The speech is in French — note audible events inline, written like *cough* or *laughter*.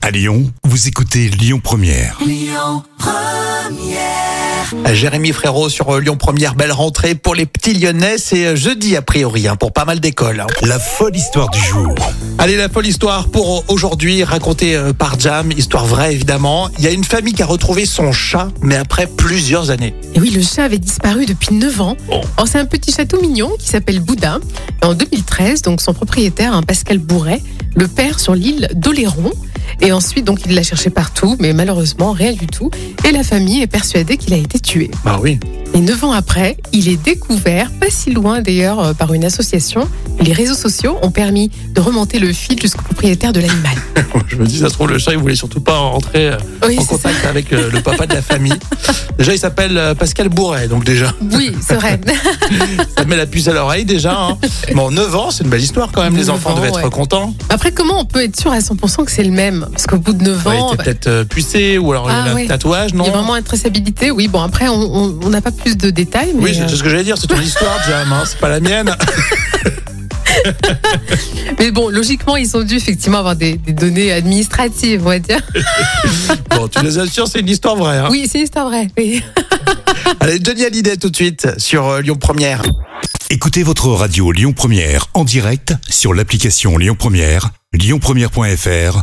À Lyon, vous écoutez Lyon Première. Jérémy Frérot sur euh, Lyon Première, belle rentrée pour les petits Lyonnais. C'est euh, jeudi a priori hein, pour pas mal d'écoles. hein. La folle histoire du jour. Allez, la folle histoire pour euh, aujourd'hui, racontée euh, par Jam, histoire vraie évidemment. Il y a une famille qui a retrouvé son chat, mais après plusieurs années. Et oui, le chat avait disparu depuis 9 ans. Alors, C'est un petit chat tout mignon qui s'appelle Bouddha. Et en 2013, donc son propriétaire, un Pascal Bourret, le perd sur l'île d'Oléron. Et ensuite, donc, il l'a cherché partout, mais malheureusement, rien du tout. Et la famille est persuadée qu'il a été tué. Bah oui. Et 9 ans après, il est découvert, pas si loin d'ailleurs, euh, par une association. Les réseaux sociaux ont permis de remonter le fil jusqu'au propriétaire de l'animal. Oh, Je me dis, ça se trouve, le chat, il voulait surtout pas rentrer euh, Oui, en c'est ça. contact avec euh, le papa de la *laughs* famille. Déjà, il s'appelle euh, Pascal Bourret, donc déjà, Oui, c'est *laughs* vrai. ça te met la puce à l'oreille déjà. Hein. Bon, 9 ans, c'est une belle histoire quand même. Les 9 enfants ans, devaient être ouais. contents. Après, comment on peut être sûr à 100% que c'est le même Parce qu'au bout de 9 Ouais, il ans, était bah, peut-être euh, pucé ou alors il Ah, avait un ouais. tatouage, non Il y a vraiment une traçabilité, oui. Bon, après, on- on on n'a pas plus de détails, mais, Oui, c'est c'est ce que j'allais dire, c'est ton histoire, Jam, hein, c'est pas la mienne. euh, mais bon, logiquement, ils ont dû effectivement avoir des, des données administratives, on va dire. Bon, tu les assures, c'est une histoire vraie. hein. Oui, c'est histoire vraie. oui. Allez, Johnny Hallyday tout de suite sur euh, Lyon Première. Écoutez votre radio Lyon Première en direct sur l'application Lyon Première, lyonpremière.fr